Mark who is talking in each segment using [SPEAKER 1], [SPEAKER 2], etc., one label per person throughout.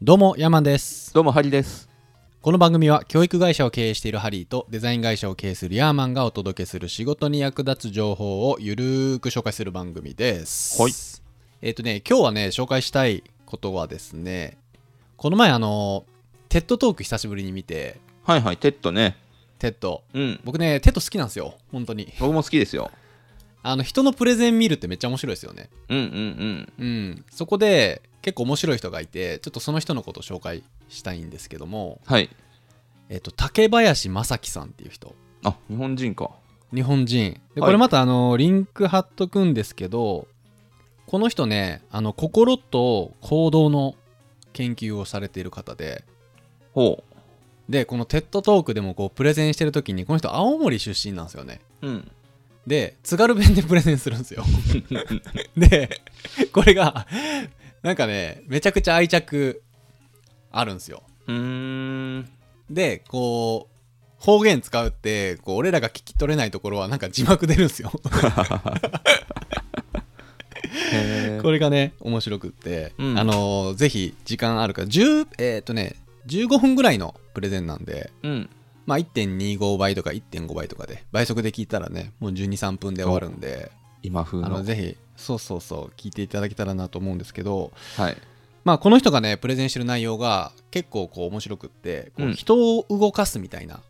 [SPEAKER 1] どうもヤマンです
[SPEAKER 2] どうもハリです。
[SPEAKER 1] この番組は教育会社を経営しているハリーとデザイン会社を経営するヤーマンがお届けする仕事に役立つ情報をゆるーく紹介する番組です
[SPEAKER 2] はい
[SPEAKER 1] えっ、とね今日はね紹介したいことはですねこの前あのテッドトーク久しぶりに見て
[SPEAKER 2] はいはい、テッドね。
[SPEAKER 1] テッド
[SPEAKER 2] うん。
[SPEAKER 1] 僕ねテッド好きなんですよ本当に
[SPEAKER 2] 僕も好きですよ。
[SPEAKER 1] あの人のプレゼン見るってめっちゃ面白いですよね
[SPEAKER 2] うんうんうん。
[SPEAKER 1] うんそこで結構面白い人がいてちょっとその人のことを紹介したいんですけども
[SPEAKER 2] はい。
[SPEAKER 1] えっと、竹林正樹さんっていう人
[SPEAKER 2] あ、日本人か。
[SPEAKER 1] 日本人で
[SPEAKER 2] はい
[SPEAKER 1] これまたあの、リンク貼っとくんですけどこの人ねあの心と行動の研究をされている方で
[SPEAKER 2] ほ
[SPEAKER 1] でこの TED トークでもこうプレゼンしてる時にこの人青森出身なんですよね
[SPEAKER 2] う。うん。
[SPEAKER 1] で津軽弁でプレゼンするんです よでこれがなんかねめちゃくちゃ愛着あるんですよ
[SPEAKER 2] うーん。
[SPEAKER 1] でこう方言使うってこう俺らが聞き取れないところはなんか字幕出るんですよ
[SPEAKER 2] へー
[SPEAKER 1] これがね面白くって、
[SPEAKER 2] うん
[SPEAKER 1] あのーぜひ時間あるから10えーっ、とね15分ぐらいのプレゼンなんで、
[SPEAKER 2] うん。
[SPEAKER 1] まあ、1.25倍とか1.5倍とかで倍速で聞いたらねもう123分で終わるんで
[SPEAKER 2] 今風
[SPEAKER 1] あの
[SPEAKER 2] の。
[SPEAKER 1] ぜひそうそうそう聞いていただけたらなと思うんですけど、
[SPEAKER 2] はい。
[SPEAKER 1] まあ、この人がねプレゼンしてる内容が結構こう面白くってこ
[SPEAKER 2] う
[SPEAKER 1] うん人を動かすみたいな、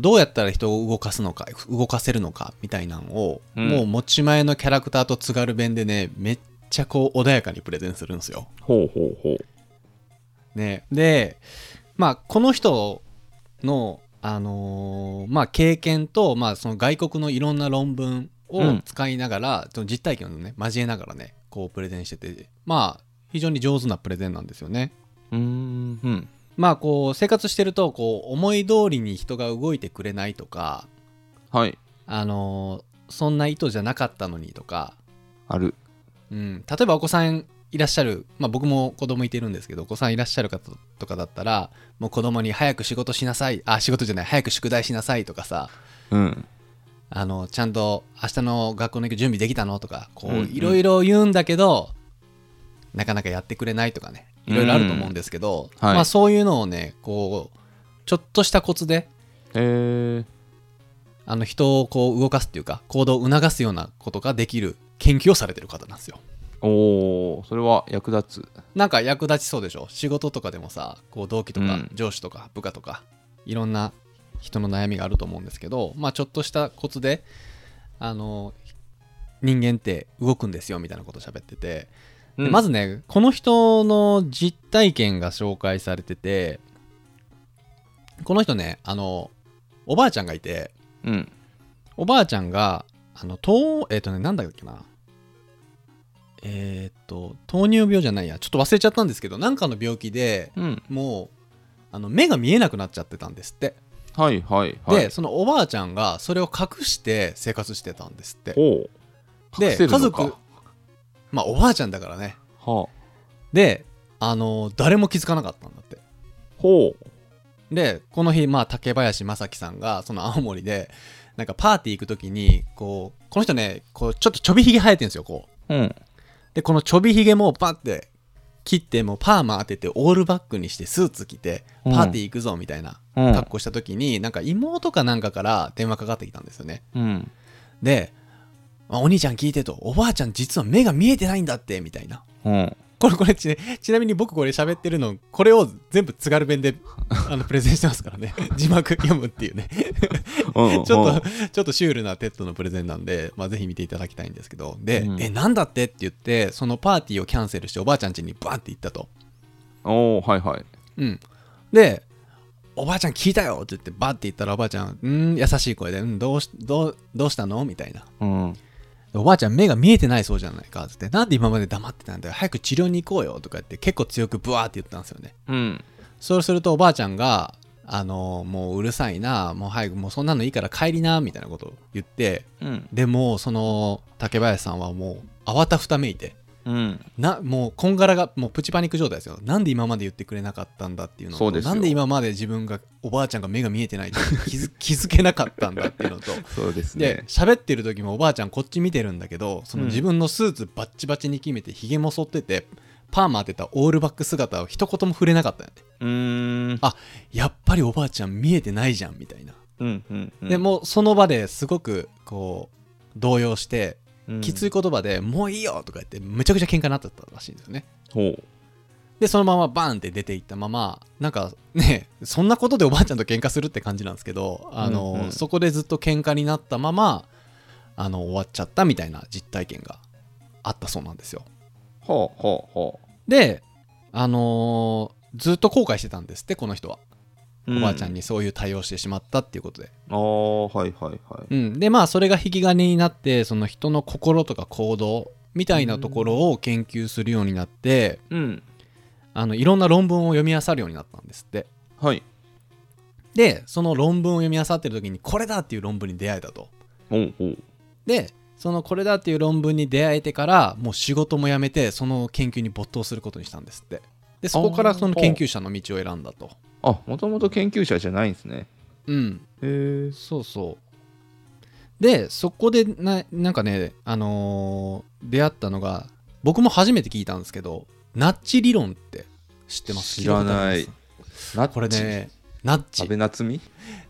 [SPEAKER 1] どうやったら人を動かすのか動かせるのかみたいなのを、
[SPEAKER 2] うん
[SPEAKER 1] もう持ち前のキャラクターと津軽弁でねめっちゃこう穏やかにプレゼンするんですよ。
[SPEAKER 2] ほうほうほう。
[SPEAKER 1] ね、で、まあ、この人の、あのーまあ、経験と、まあ、その外国のいろんな論文
[SPEAKER 2] う
[SPEAKER 1] を
[SPEAKER 2] ん
[SPEAKER 1] 使いながら、その実体験をね交えながらねこうプレゼンしててまあ非常に上手なプレゼンなんですよね。
[SPEAKER 2] うーん。うん。
[SPEAKER 1] まあこう生活してるとこう思い通りに人が動いてくれないとか、
[SPEAKER 2] はい。
[SPEAKER 1] あのーそんな意図じゃなかったのにとか、
[SPEAKER 2] ある。
[SPEAKER 1] うん、例えばお子さんいらっしゃる、まあ、僕も子供いてるんですけどお子さんいらっしゃる方とかだったらもう子供に早く仕事しなさいあ仕事じゃない早く宿題しなさいとかさ
[SPEAKER 2] うん。
[SPEAKER 1] あのちゃんと明日の学校の行く準備できたのとかこ
[SPEAKER 2] うんう
[SPEAKER 1] うんいろいろ言うんだけど、なかなかやってくれないとかねいろいろあると思うんですけど、
[SPEAKER 2] うんはい
[SPEAKER 1] まあ、そういうのをねこうちょっとしたコツで
[SPEAKER 2] へえ。
[SPEAKER 1] あの人をこう動かすっていうか行動を促すようなことができる研究をされてる方なんですよ
[SPEAKER 2] おお、それは役立つ。
[SPEAKER 1] なんか役立ちそうでしょ仕事とかでもさこう同期と
[SPEAKER 2] う
[SPEAKER 1] か
[SPEAKER 2] ん
[SPEAKER 1] 上司とか部下とか、いろんな人の悩みがあると思うんですけどまあちょっとしたコツであの人間って動くんですよみたいなこと喋ってて、で
[SPEAKER 2] うん
[SPEAKER 1] まずねこの人の実体験が紹介されててこの人ねあのおばあちゃんがいて
[SPEAKER 2] うん。
[SPEAKER 1] おばあちゃんが、あの、糖、えっ、とね、なんだっけな。えっ、と、糖尿病じゃないや。ちょっと忘れちゃったんですけど、なんかの病気で
[SPEAKER 2] うん。
[SPEAKER 1] もう、あの、目が見えなくなっちゃってたんですって。
[SPEAKER 2] はいはいはい。
[SPEAKER 1] で、、そのおばあちゃんがそれを隠して生活してたんですって。
[SPEAKER 2] ほう。
[SPEAKER 1] で
[SPEAKER 2] 隠せるのか
[SPEAKER 1] 家族まあ、おばあちゃんだからね。
[SPEAKER 2] はあ。
[SPEAKER 1] で、あの、誰も気づかなかったんだって。
[SPEAKER 2] ほう。
[SPEAKER 1] でこの日まあ竹林正樹さんがその青森でなんかパーティー行く時にこうこの人ねこうちょっとちょびひげ生えてるんですよこう
[SPEAKER 2] うん。
[SPEAKER 1] でこのちょびひげもパッて切ってもうパーマ当ててオールバックにしてスーツ着てパ
[SPEAKER 2] うん
[SPEAKER 1] ーティー行くぞみたいな
[SPEAKER 2] うん
[SPEAKER 1] 格好した時になんか妹かなんかから電話かかってきたんですよね
[SPEAKER 2] うん。
[SPEAKER 1] で「あお兄ちゃん聞いて」と「おばあちゃん実は目が見えてないんだって」みたいな
[SPEAKER 2] うん。
[SPEAKER 1] これこれちちなみに僕これ喋ってるのこれを全部津軽弁であのプレゼンしてますからね 字幕読むっていうね
[SPEAKER 2] う ん。
[SPEAKER 1] ちょっとちょっとシュールなテッドのプレゼンなんで、まあ、ぜひ見ていただきたいんですけどで「
[SPEAKER 2] うん
[SPEAKER 1] えなんだって?」って言ってそのパーティーをキャンセルしておばあちゃん家にバンって行ったと、
[SPEAKER 2] と。おお、はいはい。
[SPEAKER 1] うん、で「おばあちゃん聞いたよ」って言ってバンって行ったらおばあちゃん「うん優しい声で、うん、どうしどうどうしたの?」みたいな
[SPEAKER 2] うん。
[SPEAKER 1] おばあちゃん目が見えてないそうじゃないかっつって「なんで今まで黙ってたんだよ早く治療に行こうよ」とか言って結構強くブワーって言ったんですよね
[SPEAKER 2] うん。
[SPEAKER 1] そうするとおばあちゃんが、あのもううるさいな、もう早く、もうそんなのいいから帰りな、みたいなことを言って、
[SPEAKER 2] うん。
[SPEAKER 1] でも、その、竹林さんはもう、慌たふためいて、
[SPEAKER 2] うん。
[SPEAKER 1] なもうこんがらがもうプチパニック状態ですよなんで今まで言ってくれなかったんだっていうの
[SPEAKER 2] そ
[SPEAKER 1] と
[SPEAKER 2] うですよ
[SPEAKER 1] なんで今まで自分がおばあちゃんが目が見えてないって気づ 気づけなかったんだっていうのと
[SPEAKER 2] そうです
[SPEAKER 1] で
[SPEAKER 2] ね。
[SPEAKER 1] 喋ってる時もおばあちゃんこっち見てるんだけどその
[SPEAKER 2] うん
[SPEAKER 1] 自分のスーツバッチバチに決めてひげも剃っててパーマ当てたオールバック姿を一言も触れなかったんだね
[SPEAKER 2] うーん。
[SPEAKER 1] あやっぱりおばあちゃん見えてないじゃんみたいな、
[SPEAKER 2] うんうんうん。
[SPEAKER 1] でもうその場ですごくこう動揺して
[SPEAKER 2] うん、
[SPEAKER 1] きつい言葉で「もういいよ!」とか言ってめちゃくちゃ喧嘩になっちゃったらしいんですよね
[SPEAKER 2] ほう。
[SPEAKER 1] でそのままバーンって出ていったままなんかね そんなことでおばあちゃんと喧嘩するって感じなんですけどあの、
[SPEAKER 2] うんうん
[SPEAKER 1] そこでずっと喧嘩になったままあの終わっちゃったみたいな実体験があったそうなんですよ
[SPEAKER 2] ほうほうほ
[SPEAKER 1] であのーずっと後悔してたんですってこの人は
[SPEAKER 2] う。
[SPEAKER 1] おばあちゃんにそういう対応してしまったっていうことで、
[SPEAKER 2] うん。ああ、はいはいはい。
[SPEAKER 1] うんでまあそれが引き金になってその人の心とか行動みたいなところを研究するようになって、
[SPEAKER 2] うん。
[SPEAKER 1] あのいろんな論文を読み漁るようになったんですって
[SPEAKER 2] はい。
[SPEAKER 1] でその論文を読み漁ってる時にこれだっていう論文に出会えたと
[SPEAKER 2] ほうほう。
[SPEAKER 1] でそのこれだっていう論文に出会えてからもう仕事も辞めてその研究に没頭することにしたんですってでそこからその研究者の道を選んだと
[SPEAKER 2] あ、もともと研究者じゃないんですね。
[SPEAKER 1] うん
[SPEAKER 2] へえ。
[SPEAKER 1] そうそうでそこでななんかねあのー出会ったのが僕も初めて聞いたんですけどナッチ理論って知ってます
[SPEAKER 2] 知らない
[SPEAKER 1] 聞たことあり
[SPEAKER 2] ナッ
[SPEAKER 1] ます
[SPEAKER 2] チ。
[SPEAKER 1] これ。ねナッ
[SPEAKER 2] 安
[SPEAKER 1] チ
[SPEAKER 2] 倍夏実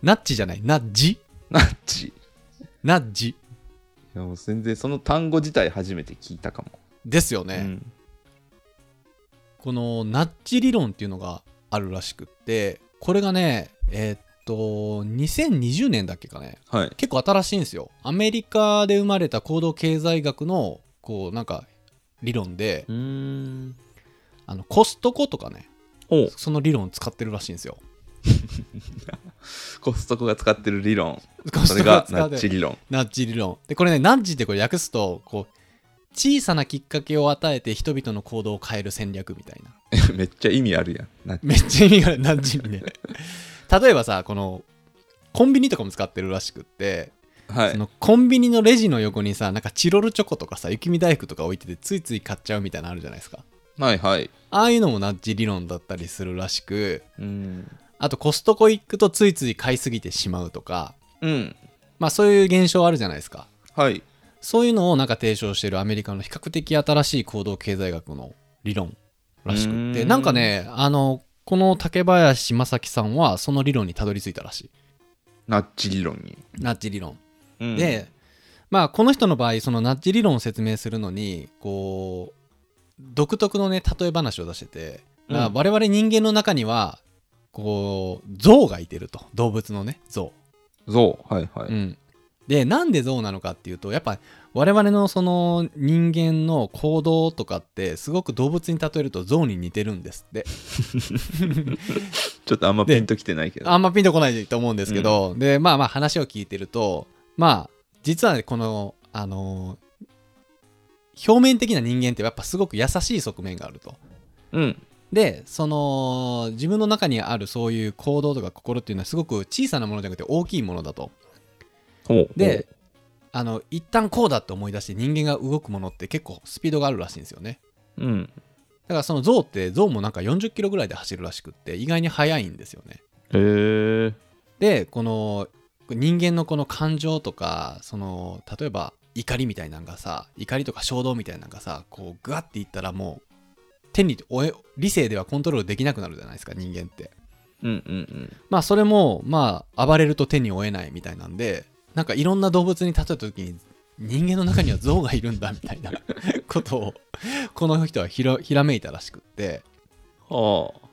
[SPEAKER 1] ナッチじゃないナッジ
[SPEAKER 2] ナッチ。い
[SPEAKER 1] ナッジ
[SPEAKER 2] やもう全然その単語自体初めて聞いたかも。
[SPEAKER 1] ですよね、
[SPEAKER 2] うん
[SPEAKER 1] このナッジ理論っていうのがあるらしくってこれがねえーっと2020年だっけかね
[SPEAKER 2] はい。
[SPEAKER 1] 結構新しいんですよアメリカで生まれた行動経済学のこうなんか理論で、
[SPEAKER 2] うん。
[SPEAKER 1] あのコストコとかね
[SPEAKER 2] お
[SPEAKER 1] その理論を使ってるらしいんですよ
[SPEAKER 2] コストコが使ってる理論。
[SPEAKER 1] コス
[SPEAKER 2] それ
[SPEAKER 1] トコを
[SPEAKER 2] が
[SPEAKER 1] 使
[SPEAKER 2] ナ
[SPEAKER 1] っ
[SPEAKER 2] ッ
[SPEAKER 1] て
[SPEAKER 2] チ
[SPEAKER 1] る
[SPEAKER 2] 理論。
[SPEAKER 1] ナッジ理論でこれねナッジってこれ訳すとこう小さなきっかけを与えて人々の行動を変える戦略みたいな
[SPEAKER 2] めっちゃ意味あるやん。ナッチ
[SPEAKER 1] めっちゃ意味があるナッジにね例えばさこのコンビニとかも使ってるらしくって、
[SPEAKER 2] は
[SPEAKER 1] そ
[SPEAKER 2] い。
[SPEAKER 1] のコンビニのレジの横にさなんかチロルチョコとかさ雪見大福とか置いててついつい買っちゃうみたいなのあるじゃないですか
[SPEAKER 2] はいはい。
[SPEAKER 1] ああいうのもナッジ理論だったりするらしく
[SPEAKER 2] うん。
[SPEAKER 1] あとコストコ行くとついつい買いすぎてしまうとか
[SPEAKER 2] うん。
[SPEAKER 1] まあそういう現象あるじゃないですか
[SPEAKER 2] はい。
[SPEAKER 1] そういうのをなんか提唱してるアメリカの比較的新しい行動経済学の理論らし
[SPEAKER 2] う
[SPEAKER 1] くって
[SPEAKER 2] ーん
[SPEAKER 1] なんかねあのこの竹林正樹さんはその理論にたどり着いたらし
[SPEAKER 2] ナッチ理論に。
[SPEAKER 1] いナッジ理論、
[SPEAKER 2] うん、
[SPEAKER 1] でまあこの人の場合そのナッジ理論を説明するのにこう独特のね例え話を出してて、
[SPEAKER 2] うん
[SPEAKER 1] まあ我々人間の中にはこう象がいてると動物のね象
[SPEAKER 2] そう。はいはい。
[SPEAKER 1] うん、でなんで象なのかっていうとやっぱ我々のその人間の行動とかってすごく動物に例えると象に似てるんですって
[SPEAKER 2] ちょっとあんまピンときてないけど。
[SPEAKER 1] あんまピンとこないと思うんですけど、でまあまあ話を聞いてるとまあ実はねこのあのー表面的な人間ってやっぱすごく優しい側面があると。
[SPEAKER 2] うん。
[SPEAKER 1] でその自分の中にあるそういう行動とか心っていうのはすごく小さなものじゃなくて大きいものだと。
[SPEAKER 2] ほう。
[SPEAKER 1] で、あの一旦こうだって思い出して人間が動くものって結構スピードがあるらしいんですよね
[SPEAKER 2] うん。
[SPEAKER 1] だからその象って象もなんか40キロぐらいで走るらしくって意外に速いんですよね
[SPEAKER 2] へえ。
[SPEAKER 1] でこの人間のこの感情とかその例えば怒りみたいなのがさ怒りとか衝動みたいなのがさこうグワッていったらもう手に負え理性ではコントロールできなくなるじゃないですか人間って
[SPEAKER 2] うんうん
[SPEAKER 1] まあそれもまあ暴れると手に負えないみたいなんでなんかいろんな動物に例えた時に人間の中には象がいるんだみたいな ことをこの人はひらひらめいたらしくって
[SPEAKER 2] うん。はあ。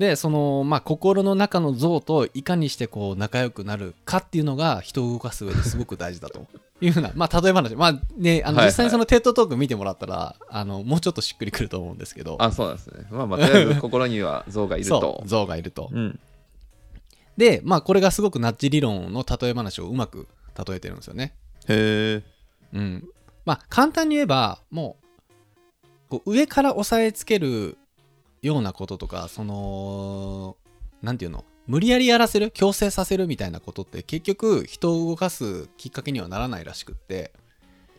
[SPEAKER 1] でそのまあ心の中の象といかにしてこう仲良くなるかっていうのが人を動かす上ですごく大事だというふうな まあ例え話まあねあの
[SPEAKER 2] はいはい
[SPEAKER 1] 実際にその TED トーク見てもらったらあのもうちょっとしっくりくると思うんですけど
[SPEAKER 2] あ、そうなんですね。まあまあ、とりあえず心には像がいる
[SPEAKER 1] そ
[SPEAKER 2] と
[SPEAKER 1] う。象がいると
[SPEAKER 2] うん。
[SPEAKER 1] でまあこれがすごくナッジ理論の例え話をうまく例えてるんですよね
[SPEAKER 2] へえ。
[SPEAKER 1] うん、まあ簡単に言えばもうこう上から押さえつけるようなこととかその何て言うの無理やりやらせる強制させるみたいなことって結局人を動かすきっかけにはならないらしくって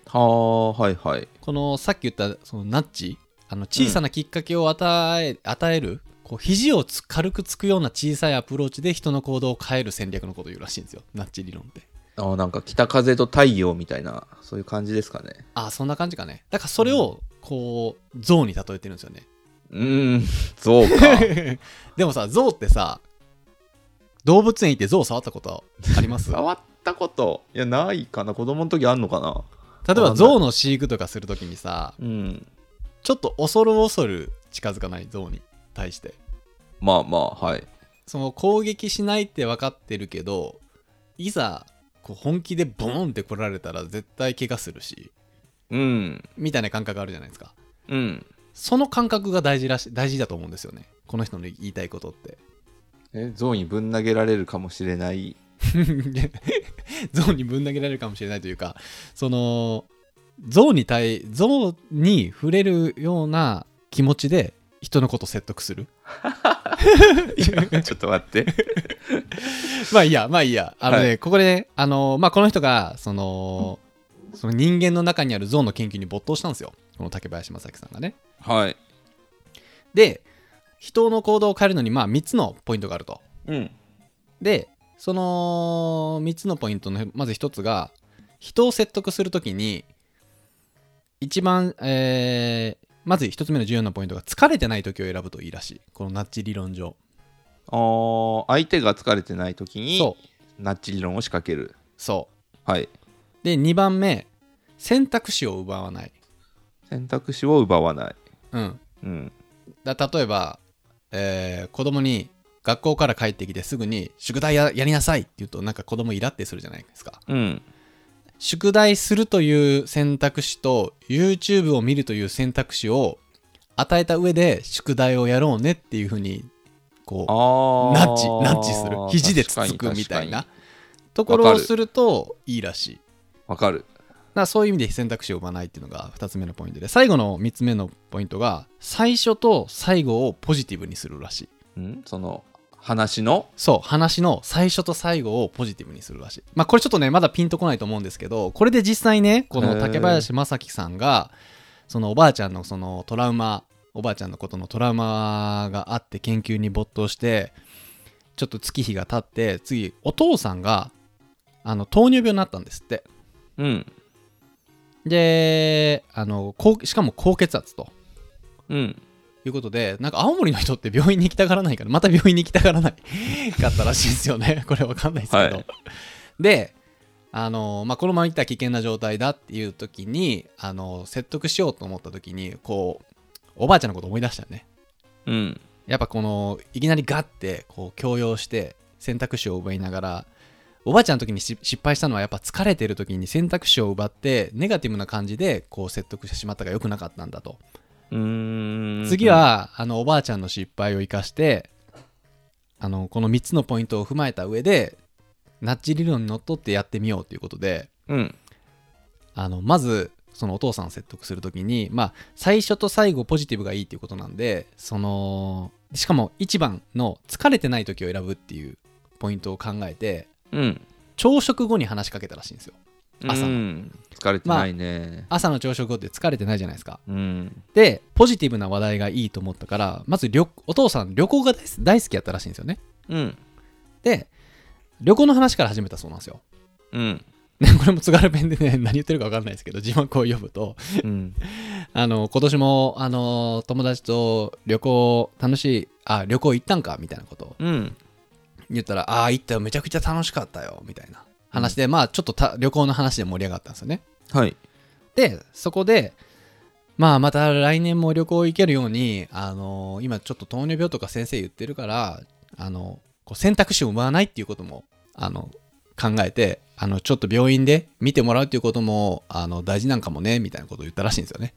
[SPEAKER 2] はあはいはい
[SPEAKER 1] このさっき言ったそのナッジあの小さなきっかけを与え,、与えるこう肘をつ軽くつくような小さいアプローチで人の行動を変える戦略のことを言うらしいんですよナッジ理論って
[SPEAKER 2] あーなんか北風と太陽みたいなそういう感じですかね
[SPEAKER 1] ああそんな感じかねだからそれをこう象に例えてるんですよね
[SPEAKER 2] うーんそうか
[SPEAKER 1] でもさ象ってさ動物園行って象触ったことあります例え
[SPEAKER 2] 触ったこといやないかな子供の時あんのかな
[SPEAKER 1] ば象の飼育とかするときにさ
[SPEAKER 2] うん
[SPEAKER 1] ちょっと恐る恐る近づかない象に対して
[SPEAKER 2] まあまあはい
[SPEAKER 1] その攻撃しないって分かってるけどいざこう本気でボーンって来られたら絶対怪我するし
[SPEAKER 2] うん
[SPEAKER 1] みたいな感覚あるじゃないですか
[SPEAKER 2] うん
[SPEAKER 1] その感覚が大事らし大事だと思うんですよねこの人の言いたいことって
[SPEAKER 2] えゾーンにぶん投げられるかもしれない
[SPEAKER 1] で 象にぶん投げられるかもしれないというかその象に対象に触れるような気持ちで人のことを説得する
[SPEAKER 2] ちょっと待って
[SPEAKER 1] まあいいや、まあいいや。あのね、
[SPEAKER 2] は
[SPEAKER 1] ここでね、あのーまあこの人が、その、その人間の中にある象の研究に没頭したんですよ。この竹林正樹さんがね。
[SPEAKER 2] はい
[SPEAKER 1] で、人の行動を変えるのに、まあ3つのポイントがあると。
[SPEAKER 2] うん
[SPEAKER 1] で、その3つのポイントの、まず1つが、人を説得するときに、一番、えーまず1つ目の重要なポイントが、疲れてない時を選ぶといいらしい。このナッジ理論上。
[SPEAKER 2] あー相手が疲れてない時に
[SPEAKER 1] そう、
[SPEAKER 2] ナッチ理論を仕掛ける
[SPEAKER 1] そ。
[SPEAKER 2] はいう
[SPEAKER 1] で、2番目、選択肢を奪わない。
[SPEAKER 2] 選択肢を奪わない
[SPEAKER 1] うん。
[SPEAKER 2] うん
[SPEAKER 1] だ例えば、えー子供に学校から帰ってきてすぐに宿題ややりなさいって言うとなんか子供イラってするじゃないですか
[SPEAKER 2] うん
[SPEAKER 1] 宿題するという選択肢と YouTube を見るという選択肢を与えた上で宿題をやろうねっていうふうにこ
[SPEAKER 2] あ
[SPEAKER 1] う
[SPEAKER 2] ー
[SPEAKER 1] ナッチナッチする肘でつつくみたいなところ
[SPEAKER 2] わ
[SPEAKER 1] を
[SPEAKER 2] かる
[SPEAKER 1] するといいらしい
[SPEAKER 2] わかる
[SPEAKER 1] だからそういう意味で選択肢を生まないっていうのが2つ目のポイントで最後の3つ目のポイントが最初と最後をポジティブにするらしい
[SPEAKER 2] んその話の
[SPEAKER 1] そう話の最初と最後をポジティブにするらしいまあこれちょっとねまだピンとこないと思うんですけどこれで実際ねこの竹林正樹さんがそのおばあちゃんのそのトラウマおばあちゃんのことのトラウマがあって研究に没頭してちょっと月日が経って次お父さんがあの糖尿病になったんですって
[SPEAKER 2] うん
[SPEAKER 1] であの高しかも高血圧と
[SPEAKER 2] うん
[SPEAKER 1] いうことでなんか青森の人って病院に行きたがらないからまた病院に行きたがらない かったらしいんですよねこれわかんないですけど、
[SPEAKER 2] はい
[SPEAKER 1] であの、まあ、このまま行ったら危険な状態だっていう時にあの説得しようと思った時にこうおばあちゃんのこと思い出したよね
[SPEAKER 2] うん
[SPEAKER 1] やっぱこのいきなりガッてこう強要して選択肢を奪いながらおばあちゃんの時にし失敗したのはやっぱ疲れてる時に選択肢を奪ってネガティブな感じでこう説得してしまったが良くなかったんだと
[SPEAKER 2] うーん
[SPEAKER 1] 次はあのおばあちゃんの失敗を生かしてあのこの3つのポイントを踏まえた上でナッジ理論にのっとってやってみようということで
[SPEAKER 2] うん
[SPEAKER 1] あのまずそのお父さんを説得するときにまあ最初と最後ポジティブがいいっていうことなんでそのしかも1番の疲れてない時を選ぶっていうポイントを考えて
[SPEAKER 2] うん
[SPEAKER 1] 朝食後に話しかけたらしいんですよ朝の
[SPEAKER 2] うん疲れてないね、
[SPEAKER 1] 朝の朝食後って疲れてないじゃないですか
[SPEAKER 2] うん
[SPEAKER 1] でポジティブな話題がいいと思ったからまず旅お父さん旅行が大好大好きやったらしいんですよね
[SPEAKER 2] うん
[SPEAKER 1] で旅行の話から始めたそうなんですよ。
[SPEAKER 2] うん
[SPEAKER 1] ねこれも津軽弁でね 何言ってるか分かんないですけど字幕を読むと
[SPEAKER 2] うん
[SPEAKER 1] あの今年もあの友達と旅行楽しいあ旅行行ったんかみたいなことを
[SPEAKER 2] うん
[SPEAKER 1] 言ったらああ行ったよめちゃくちゃ楽しかったよみたいな話で、まあちょっとた旅行の話で盛り上がったんですよね。
[SPEAKER 2] はい
[SPEAKER 1] でそこでまあまた来年も旅行行けるようにあの今ちょっと糖尿病とか先生言ってるからあのこう選択肢を奪わないっていうこともあの考えてあのちょっと病院で見てもらうっていうこともあの大事なんかもねみたいなことを言ったらしいんですよね。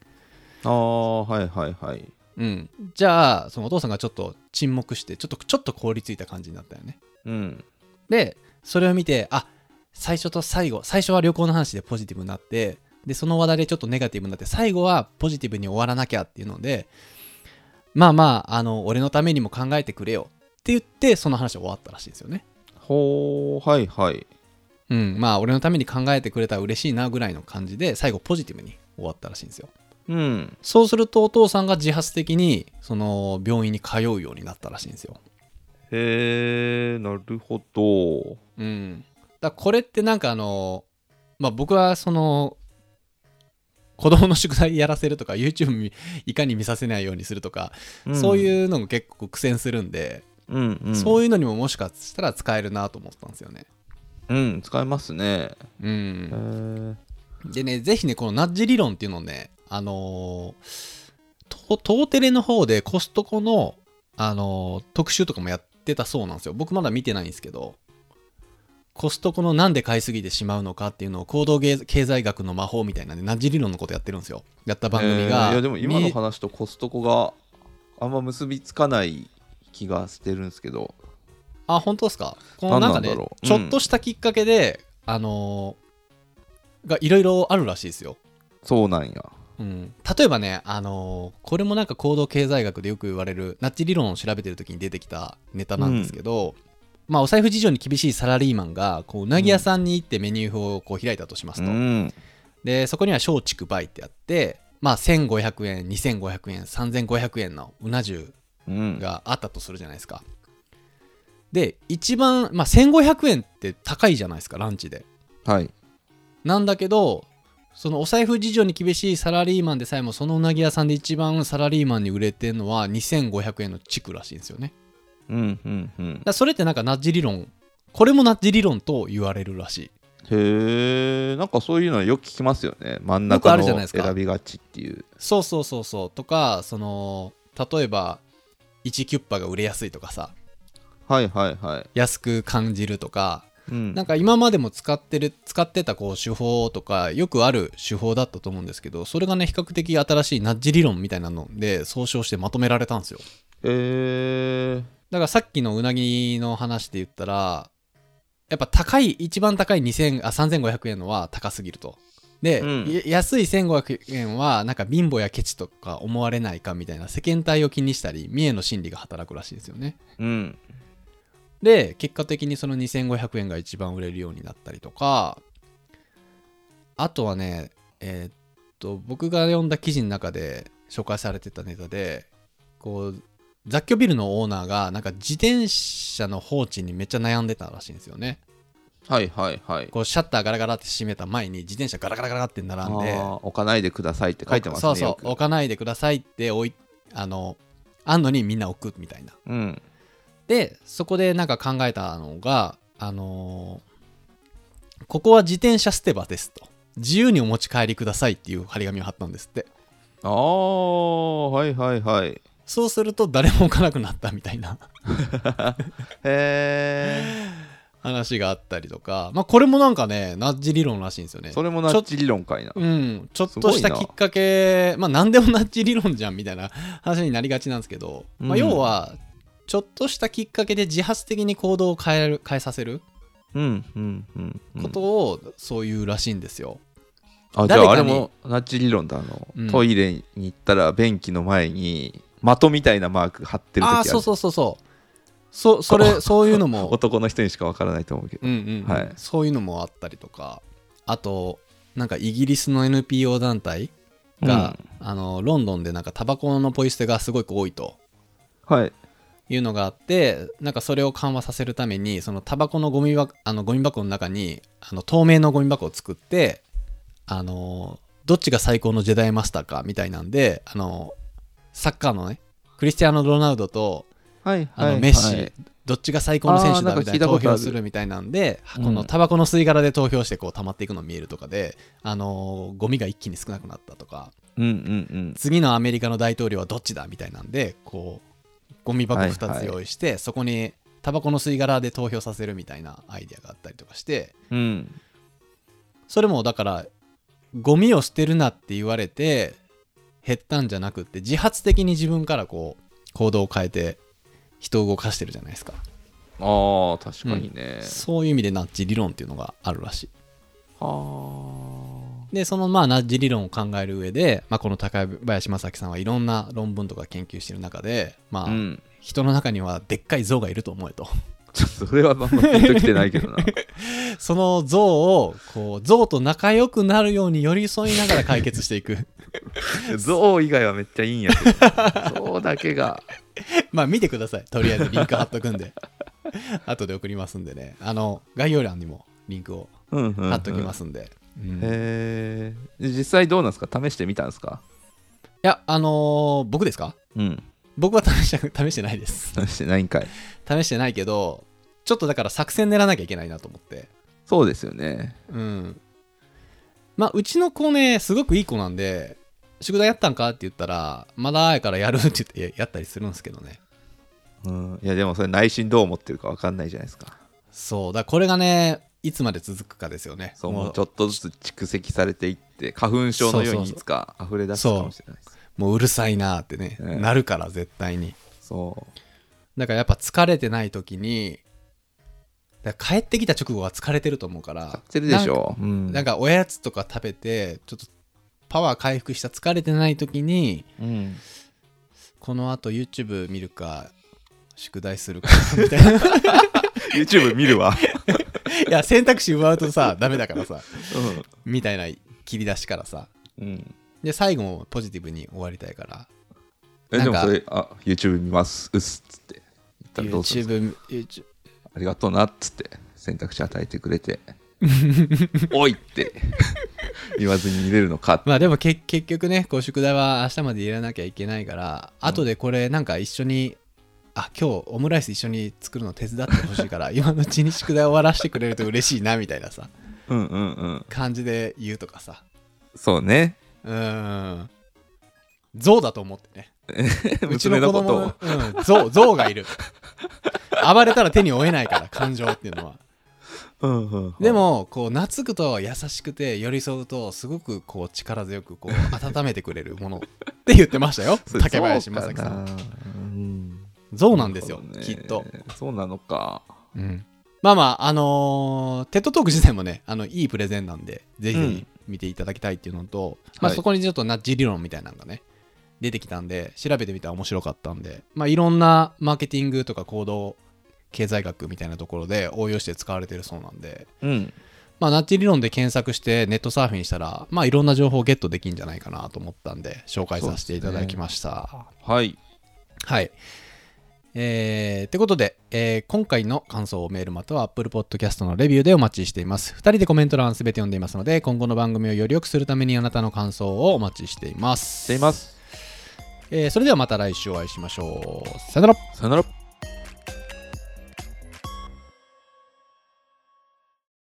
[SPEAKER 2] ああはいはいはい
[SPEAKER 1] うん、じゃあそのお父さんがちょっと沈黙してちょっとちょっと凍りついた感じになったよね。
[SPEAKER 2] うん
[SPEAKER 1] でそれを見てあ最初と最後最初は旅行の話でポジティブになってでその話題でちょっとネガティブになって最後はポジティブに終わらなきゃっていうのでまあまああの俺のためにも考えてくれよって言ってその話は終わったらしいんですよね
[SPEAKER 2] ほうはいはい
[SPEAKER 1] うん、まあ俺のために考えてくれたら嬉しいなぐらいの感じで最後ポジティブに終わったらしいんですよ
[SPEAKER 2] うん。
[SPEAKER 1] そうするとお父さんが自発的にその病院に通うようになったらしいんですよ
[SPEAKER 2] へえ、なるほど。
[SPEAKER 1] うんだからこれってなんかあのまあ僕はその子供の宿題やらせるとか YouTube にいかに見させないようにするとか、そう
[SPEAKER 2] う、
[SPEAKER 1] いうのも結構苦戦するんで、
[SPEAKER 2] うんうん、
[SPEAKER 1] そうい
[SPEAKER 2] い
[SPEAKER 1] うのにももしかしたら使えるなと思ったんですよね
[SPEAKER 2] う、うん、使えますね。
[SPEAKER 1] う
[SPEAKER 2] へ
[SPEAKER 1] ん
[SPEAKER 2] え。
[SPEAKER 1] でね、ぜひね、このナッジ理論っていうのをね、あのーと東テレの方でコストコの、あのー特集とかもやってたそうなんですよ。僕まだ見てないんですけど、コストコのなんで買いすぎてしまうのかっていうのを行動経経済学の魔法みたいなんで、ナッジ理論のことやってるんですよ。やった番組が。
[SPEAKER 2] えーいやでも今の
[SPEAKER 1] み
[SPEAKER 2] 話とコストコがあんま結びつかない気がしてるんですけど
[SPEAKER 1] あ、本当ですかこのなんかね、
[SPEAKER 2] 何なんだろう
[SPEAKER 1] ちょっとしたきっかけで、あのーがいろいろあるらしいですよ。
[SPEAKER 2] そうなんや
[SPEAKER 1] うん、例えばね、あのーこれもなんか行動経済学でよく言われるナッジ理論を調べてる時に出てきたネタなんですけど、まあ、お財布事情に厳しいサラリーマンがこううなぎ屋さんに行ってメニュー表をこう開いたとします
[SPEAKER 2] う
[SPEAKER 1] と、
[SPEAKER 2] ん
[SPEAKER 1] でそこには松竹梅ってあって、まあ、1500円2500円3500円のうな重
[SPEAKER 2] うん
[SPEAKER 1] があったとするじゃないですかで一番、まあ、1500円って高いじゃないですかランチで
[SPEAKER 2] はい
[SPEAKER 1] なんだけどそのお財布事情に厳しいサラリーマンでさえもそのうなぎ屋さんで一番サラリーマンに売れてるのは2500円の地区らしいんですよね
[SPEAKER 2] うんうんうん
[SPEAKER 1] だからそれってなんかナッジ理論これもナッジ理論と言われるらしい
[SPEAKER 2] へえんかそういうのよく聞きますよね真ん
[SPEAKER 1] よくあ
[SPEAKER 2] 中
[SPEAKER 1] る
[SPEAKER 2] の
[SPEAKER 1] じゃないですか
[SPEAKER 2] 選びがちっていう
[SPEAKER 1] そうそうそうそうとかその例えば1キュッパが売れやすいとかさ
[SPEAKER 2] はいはいはい、
[SPEAKER 1] 安く感じるとか
[SPEAKER 2] うん、
[SPEAKER 1] なんか今までも使ってる使ってたこう手法とかよくある手法だったと思うんですけどそれがね比較的新しいナッジ理論みたいなので総称してまとめられたんですよ
[SPEAKER 2] へえ
[SPEAKER 1] だからさっきのうなぎの話で言ったらやっぱ高い一番高い2000あ3500円のは高すぎるとで、
[SPEAKER 2] うん
[SPEAKER 1] や安い1500円はなんか貧乏やケチとか思われないかみたいな世間体を気にしたり三重の心理が働くらしいですよね
[SPEAKER 2] うん
[SPEAKER 1] で結果的にその2500円が一番売れるようになったりとかあとはねえーっと僕が読んだ記事の中で紹介されてたネタでこう雑居ビルのオーナーがなんか自転車の放置にめっちゃ悩んでたらしいんですよね
[SPEAKER 2] はいはいはい
[SPEAKER 1] こうシャッターガラガラって閉めた前に自転車ガラガラガラって並んで
[SPEAKER 2] あー置かないでくださいって書いてますね
[SPEAKER 1] そうそう置
[SPEAKER 2] よく
[SPEAKER 1] かないでくださいって置いあのあんのにみんな置くみたいな
[SPEAKER 2] うん
[SPEAKER 1] でそこでなんか考えたのがあのーここは自転車捨て場ですと自由にお持ち帰りくださいっていう張り紙を貼ったんですって
[SPEAKER 2] ああはいはいはいへ
[SPEAKER 1] そうすると誰も置かなくなったみたいな
[SPEAKER 2] え
[SPEAKER 1] 話があったりとかまあこれもなんかねナッジ理論らしいんですよね
[SPEAKER 2] それもナッチ理論かいな
[SPEAKER 1] うんちょっとした
[SPEAKER 2] すごい
[SPEAKER 1] き
[SPEAKER 2] な
[SPEAKER 1] っかけまあ何でもナッジ理論じゃんみたいな 話になりがちなんですけど、まあ、
[SPEAKER 2] うん
[SPEAKER 1] 要はちょっとしたきっかけで自発的に行動を変える変えさせる
[SPEAKER 2] うんうんうんうん
[SPEAKER 1] ことをそういうらしいんですよ、
[SPEAKER 2] あじ
[SPEAKER 1] 誰
[SPEAKER 2] ゃああ
[SPEAKER 1] か
[SPEAKER 2] れ
[SPEAKER 1] に
[SPEAKER 2] もナッチ理論だあの、
[SPEAKER 1] うん
[SPEAKER 2] トイレに行ったら便器の前に的みたいなマーク貼ってる時
[SPEAKER 1] あ
[SPEAKER 2] あ
[SPEAKER 1] あ
[SPEAKER 2] る
[SPEAKER 1] そうそうそうそうそそれそういうの も、
[SPEAKER 2] 男の人にしかわからないと思うけど
[SPEAKER 1] うんうんうん
[SPEAKER 2] はい
[SPEAKER 1] そういうのもあったりとかあとなんかイギリスの NPO 団体が、あのロンドンでなんかタバコのポイ捨てがすごく多いと
[SPEAKER 2] はい
[SPEAKER 1] いうのがあってなんかそれを緩和させるためにそのタバコのゴミ箱あのゴミ箱の中にあの透明のゴミ箱を作ってあのどっちが最高のジェダイマスターかみたいなんであのサッカーのねクリスティアーノ・ロナウドと
[SPEAKER 2] はい
[SPEAKER 1] あの
[SPEAKER 2] はい
[SPEAKER 1] メッシ、
[SPEAKER 2] はい
[SPEAKER 1] どっちが最高の選手だ
[SPEAKER 2] あーなんか
[SPEAKER 1] みたい
[SPEAKER 2] 聞い
[SPEAKER 1] な
[SPEAKER 2] た
[SPEAKER 1] 投
[SPEAKER 2] ことある
[SPEAKER 1] 票するみたいなんで、
[SPEAKER 2] うん
[SPEAKER 1] このタバコの吸い殻で投票してこう溜まっていくの見えるとかで、あのーゴミが一気に少なくなったとか
[SPEAKER 2] うんうん
[SPEAKER 1] 次のアメリカの大統領はどっちだみたいなんでこうゴミ箱
[SPEAKER 2] は
[SPEAKER 1] 2
[SPEAKER 2] いは
[SPEAKER 1] つ
[SPEAKER 2] い
[SPEAKER 1] 用意して、そこにタバコの吸い殻で投票させるみたいなアイデアがあったりとかして
[SPEAKER 2] うんうん
[SPEAKER 1] それもだからゴミを捨てるなって言われて減ったんじゃなくって自発的に自分からこう行動を変えて人を動かしてるじゃないですか。
[SPEAKER 2] ああ確かにね、
[SPEAKER 1] そういう意味でナッジ理論っていうのがあるらしい。
[SPEAKER 2] は
[SPEAKER 1] で、そのまあナッジ理論を考える上で、まあ、この高林正樹さんはいろんな論文とか研究してる中で、ま
[SPEAKER 2] あ
[SPEAKER 1] あ、
[SPEAKER 2] うん
[SPEAKER 1] 人の中にはでっかい像がいると思えと。
[SPEAKER 2] それはあんまピンときてないけど な
[SPEAKER 1] その像をこう像と仲良くなるように寄り添いながら解決していく
[SPEAKER 2] 象以外はめっちゃいいんやけど象だけが
[SPEAKER 1] まあ見てくださいとりあえずリンク貼っとくんで 後で送りますんでねあの概要欄にもリンクを
[SPEAKER 2] うんうんうん
[SPEAKER 1] 貼っときますんで、うんい
[SPEAKER 2] へえ実際どうなんですか試してみたんですか
[SPEAKER 1] やあのー僕ですか
[SPEAKER 2] うん
[SPEAKER 1] 僕は試した試してないです
[SPEAKER 2] 試してないんかい
[SPEAKER 1] 試してないけどちょっとだから作戦練らなきゃいけないなと思って
[SPEAKER 2] そうですよね
[SPEAKER 1] うんまあうちの子ねすごくいい子なんで宿題やったんかって言ったらまだやからやるって言ってやったりするんですけどね
[SPEAKER 2] うんいやでもそれ内心どう思ってるか分かんないじゃないですか
[SPEAKER 1] そうだからこれがねいつまで続くかですよね
[SPEAKER 2] そう
[SPEAKER 1] も
[SPEAKER 2] も
[SPEAKER 1] う
[SPEAKER 2] うちょっとずつ蓄積されていって花粉症のようにいつか溢れ出すかもしれないです
[SPEAKER 1] もううるさいなーってね、
[SPEAKER 2] うん
[SPEAKER 1] なるから絶対に
[SPEAKER 2] そう
[SPEAKER 1] だからやっぱ疲れてない時にだから帰ってきた直後は疲れてると思うから
[SPEAKER 2] 買ってるでしょうん
[SPEAKER 1] なんかおやつとか食べてちょっとパワー回復した疲れてない時に
[SPEAKER 2] うん
[SPEAKER 1] このあと YouTube 見るか宿題するか みたいない
[SPEAKER 2] YouTube 見るわ
[SPEAKER 1] や選択肢奪うとさ ダメだからさみたいな切り出しからさ
[SPEAKER 2] うん、うん、
[SPEAKER 1] で最後もポジティブに終わりたいから
[SPEAKER 2] え
[SPEAKER 1] な
[SPEAKER 2] で
[SPEAKER 1] ん
[SPEAKER 2] も
[SPEAKER 1] か
[SPEAKER 2] それあ YouTube 見ますうっすっつって言ったらどうする
[SPEAKER 1] YouTube, YouTube
[SPEAKER 2] ありがとうなっつって選択肢与えてくれ ておいって言わずに見れるのかって
[SPEAKER 1] まあでもけ結局ねこう宿題は明日までやらなきゃいけないから、後でこれなんか一緒にあ今日オムライス一緒に作るの手伝ってほしいから 今のうちに宿題終わらせてくれると嬉しいなみたいなさ
[SPEAKER 2] うんうんうん
[SPEAKER 1] 感じで言うとかさ
[SPEAKER 2] そうね
[SPEAKER 1] うーん象だと思ってね うちの
[SPEAKER 2] 娘
[SPEAKER 1] 子
[SPEAKER 2] のこ
[SPEAKER 1] 供
[SPEAKER 2] と
[SPEAKER 1] の
[SPEAKER 2] を
[SPEAKER 1] うん、象象がい る暴れたら手に負えないから感情っていうのは
[SPEAKER 2] うんうんう ん
[SPEAKER 1] でもこう懐くと優しくて寄り添うとすごくこう力強くこう温めてくれるものって言ってました よ
[SPEAKER 2] それ
[SPEAKER 1] 竹林正樹さ
[SPEAKER 2] そうんかなうん
[SPEAKER 1] そうなんですよ、
[SPEAKER 2] るほどね
[SPEAKER 1] きっと、
[SPEAKER 2] そうなのか
[SPEAKER 1] うん、まあまああのーテッドトーク自体もねあのいいプレゼンなんでぜひぜひ見ていただきたいっていうのと、まあ、
[SPEAKER 2] はい
[SPEAKER 1] そこにちょっとナッジ理論みたいなのがね出てきたんで調べてみたら面白かったんで、まあ、いろんなマーケティングとか行動経済学みたいなところで応用して使われてるそうなんで
[SPEAKER 2] うん
[SPEAKER 1] まあ、ナッジ理論で検索してネットサーフィンしたら、まあ、いろんな情報をゲットできんじゃないかなと思ったんで紹介させていただきました、
[SPEAKER 2] はい
[SPEAKER 1] はいえー、ってことで、えー今回の感想をメールまたは Apple Podcast のレビューでお待ちしています2人でコメント欄すべて読んでいますので今後の番組をより良くするためにあなたの感想をお待ちしています
[SPEAKER 2] しています
[SPEAKER 1] えーそれではまた来週お会いしましょうさよなら
[SPEAKER 2] さよなら